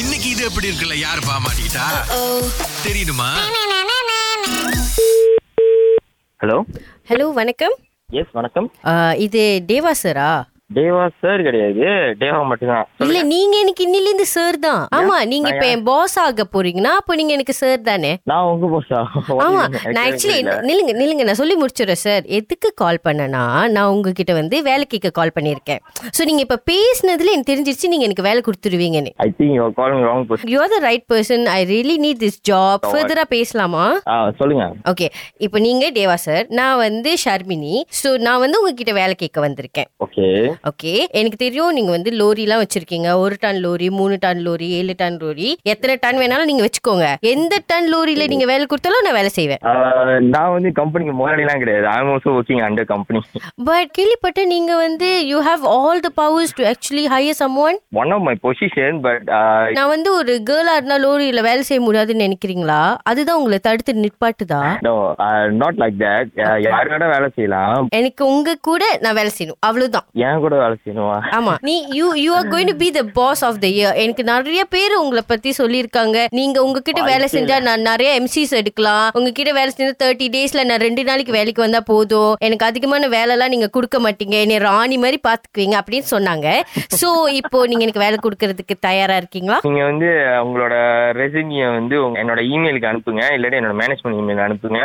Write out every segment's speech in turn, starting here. இன்னைக்கு இது எப்படி இருக்குல்ல யாரு பாமாட்டா தெரியுமா ஹலோ ஹலோ வணக்கம் எஸ் வணக்கம் ஆ, இது தேவா சாரா தேவா சார் கிடையாது தேவா மட்டும்தான் இல்ல நீங்க எனக்கு இன்னில இருந்து சார் தான் ஆமா நீங்க இப்ப என் பாஸ் ஆக போறீங்கன்னா அப்ப நீங்க எனக்கு சார் தானே நான் உங்க போஸா ஆமா நான் ஆக்சுவலி நில்லுங்க நில்லுங்க நான் சொல்லி முடிச்சிடுறேன் சார் எதுக்கு கால் பண்ணனா நான் உங்ககிட்ட வந்து வேலை கேட்க கால் பண்ணியிருக்கேன் ஸோ நீங்க இப்ப பேசினதுல எனக்கு தெரிஞ்சிருச்சு நீங்க எனக்கு வேலை கொடுத்துருவீங்கன்னு I think your calling wrong post you are the right person I really need this job ஃபர்தரா பேசலாமா ஆ சொல்லுங்க ஓகே இப்போ நீங்க தேவா சார் நான் வந்து ஷர்மினி ஸோ நான் வந்து உங்ககிட்ட வேலை கேட்க வந்திருக்கேன் ஓகே ஓகே எனக்கு தெரியும் நீங்க வந்து லாரிலாம் வச்சிருக்கீங்க ஒரு டன் லோரி மூணு டன் லோரி ஏழு டன் லோரி எத்தனை டன் வேணாலும் நீங்க வச்சுக்கோங்க எந்த டன் லோரியில நீங்க வேலை கொடுத்தாலும் நான் வேலை செய்வேன் நான் வந்து கம்பெனிக்கு முதலாளிலாம் கிடையாது I am also working under company but கேள்விப்பட்ட நீங்க வந்து you have all the powers to actually hire someone one of my position but நான் வந்து ஒரு கேர்ளா இருந்தா லோரியில வேலை செய்ய முடியாதுன்னு நினைக்கிறீங்களா அதுதான் உங்களை தடுத்து நிற்பாட்டுதா no not like that Uh, யாரோட வேலை செய்யலாம் எனக்கு உங்க கூட நான் வேலை செய்யணும் அவ்வளவுதான் என் கூட வேலை செய்யணுமா ஆமா நீ you you are going to be the boss of the year எனக்கு நிறைய பேர் உங்களை பத்தி சொல்லியிருக்காங்க நீங்க உங்ககிட்ட வேலை செஞ்சா நான் நிறைய எம்சிஸ் எடுக்கலாம் உங்ககிட்ட வேலை செஞ்சா தேர்ட்டி டேஸ்ல நான் ரெண்டு நாளைக்கு வேலைக்கு வந்தா போதும் எனக்கு அதிகமான வேலைலாம் நீங்க கொடுக்க மாட்டீங்க என்னை ராணி மாதிரி பாத்துக்குவீங்க அப்படின்னு சொன்னாங்க சோ இப்போ நீங்க எனக்கு வேலை கொடுக்கறதுக்கு தயாரா இருக்கீங்களா நீங்க வந்து உங்களோட ரெசியூமியை வந்து உங்க- என்னோட இமெயிலுக்கு அனுப்புங்க இல்லாட்டி என்னோட மேனேஜ்மெண்ட் இமெயில் அனுப்புங்க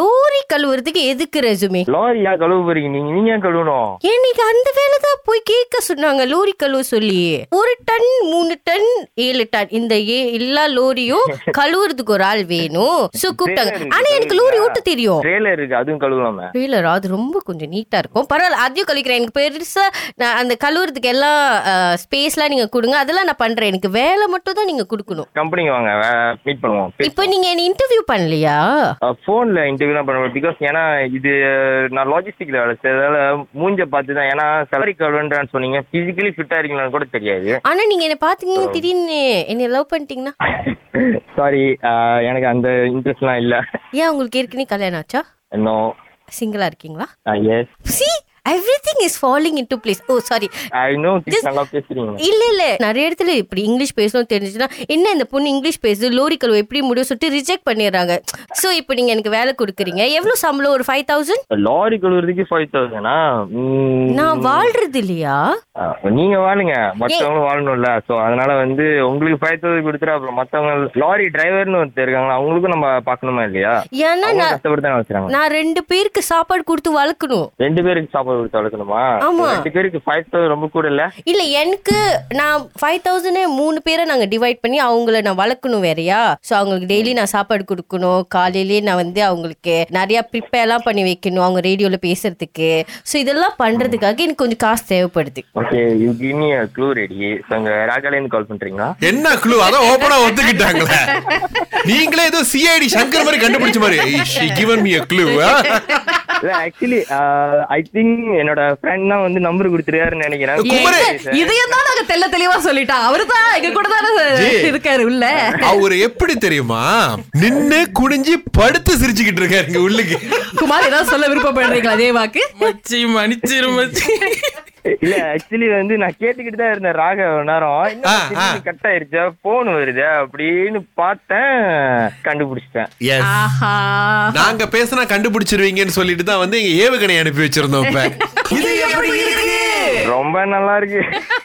லோரி கழுவுறதுக்கு எதுக்கு ரெசுமே லாரியா கழுவ போறீங்க நீங்க நீங்க ஏன் கழுவணும் எனக்கு அந்த வேலை தான் போய் கேட்க சொன்னாங்க லோரி கழுவ சொல்லி ஒரு டன் மூணு டன் ஏழு டன் இந்த ஏ எல்லா லோரியும் கழுவுறதுக்கு ஒரு ஆள் வேணும் சோ கூப்பிட்டாங்க ஆனா எனக்கு லோரி ஓட்ட தெரியும் ட்ரெயிலர் இருக்கு அதுவும் கழுவலாமே வீலர் அது ரொம்ப கொஞ்சம் நீட்டா இருக்கும் பரவாயில்ல அதையும் கழிக்கிறேன் எனக்கு பெருசா நான் அந்த கழுவுறதுக்கு எல்லாம் ஸ்பேஸ்லாம் நீங்க கொடுங்க அதெல்லாம் நான் பண்றேன் எனக்கு வேலை மட்டும் தான் நீங்க கொடுக்கணும் கம்பெனிக்கு வாங்க மீட் பண்ணுவோம் இப்போ நீங்க என்ன இன்டர்வியூ பண்ணலையா ஃபோனில் இன்டர்வியூலாம் பண்ண பிகாஸ் ஏன்னா இது அஹ், நான் லாஜிஸ்டிக்ல வேலை செய்யறதால மூஞ்ச பார்த்து தான் ஏன்னா salary கழுவுன்றான்னு சொன்னீங்க ஃபிசிக்கலி ஃபிட்டாக இருக்கீங்களான்னு கூட தெரியாது ஆனா நீங்க என்ன பாத்தீங்கன்னா திடீர்னு என்ன லவ் பண்ணிட்டீங்கன்னா சாரி எனக்கு அந்த இன்ட்ரெஸ்ட்லாம் இல்லை ஏன் உங்களுக்கு ஏற்கனவே கல்யாணம் ஆச்சா நோ சிங்கிளா இருக்கீங்களா yes see everything is falling into place oh sorry I know நல்லா பேசுறீங்க Oh, இல்ல இல்ல நிறைய இடத்துல இப்படி இங்கிலீஷ் பேசணும் தெரிஞ்சுச்சுன்னா என்ன இந்த பொண்ணு இங்கிலீஷ் பேசுது லோரி கழுவு எப்படி முடியும் சொல்லிட்டு ரிஜெக்ட் பண்ணிடுறாங்க சோ இப்போ நீங்க எனக்கு வேலை கொடுக்குறீங்க எவ்வளவு சம்பளம் ஒரு ஃபைவ் தௌசண்ட் லாரி கழுவுறதுக்கு ஃபைவ் தௌசண்டா நான் வாழ்றது இல்லையா நீங்க வாழுங்க மத்தவங்களும் வாழணும்ல சோ அதனால வந்து உங்களுக்கு ஃபைவ் தௌசண்ட் கொடுத்துட்டு அப்புறம் மத்தவங்க லாரி டிரைவர்னு ஒருத்தர் இருக்காங்களா அவங்களுக்கும் நம்ம பார்க்கணுமா இல்லையா ஏன்னா அவங்க நான் கஷ்டப்பட்டு தான் வச்சுறாங்க நான் ரெண்டு பேருக்கு சாப்பாடு கொடுத்து வளர்க்கணும் ரெண்டு பேருக்கு சாப்பாடு கொடுத்து வளர்க்கணுமா ஆமா. ரெண்டு பேருக்கு ஃபைவ் தௌசண்ட் ரொம்ப கூட இல்ல இல்ல எனக்கு நான் ஃபைவ் தௌசண்ட் மூணு பேரை நாங்க டிவைட் பண்ணி அவங்கள நான் வளர்க்கணும் வேறயா சோ அவங்களுக்கு டெய்லி நான் சாப்பாடு கொடுக்கணும் காலையிலேயே நான் வந்து அவங்களுக்கு நிறைய ப்ரிப்பேர்லாம் பண்ணி வைக்கணும் அவங்க ரேடியோல பேசுறதுக்கு சோ இதெல்லாம் பண்றதுக்காக எனக்கு கொஞ்சம் காசு தேவைப்படுது okay you give me a clue ready உங்க ராகால இருந்து கால் பண்றீங்களா என்ன குழு அதான் ஓபனா ஒத்துக்கிட்டாங்களே நீங்களே ஏதோ சிஐடி சங்கர் மாதிரி கண்டுபிடிச்ச மாதிரி she given me a clue ஆ? இல்ல ஆக்சுவலி ஐ திங்க் என்னோட ஃப்ரெண்ட் தான் வந்து நம்பர் கொடுத்துருக்காருன்னு குமரே. நினைக்கிறேன் இதையும் தான் நாங்க தெல்ல தெளிவா சொல்லிட்டோம் அவருதான் எங்க கூட ஜி. தானே இருக்காரு உள்ள அவரு எப்படி தெரியுமா நின்னு குனிஞ்சு படுத்து சிரிச்சுக்கிட்டு இருக்காரு இங்க உள்ளுக்கு குமார் ஏதாவது சொல்ல விருப்பப்படுறீங்களா தேவாக்கு மச்சி மன்னிச்சிரு மச்சி இல்ல ஆக்சுவலி வந்து நான் கேட்டுக்கிட்டு தான் இருந்தேன் ராக ஒரு நேரம் ஆ, ஆ. கட் ஆயிருச்சா போன் வருதே அப்படின்னு பார்த்தேன் கண்டுபிடிச்சிட்டேன் Yes. ஆஹா நாங்க பேசினா கண்டுபிடிச்சிருவீங்கன்னு சொல்லிட்டு தான் வந்து எங்க ஏவுகணை அனுப்பி வச்சிருந்தோம் இப்ப இது எப்படி இருக்கு ரொம்ப நல்லா இருக்கு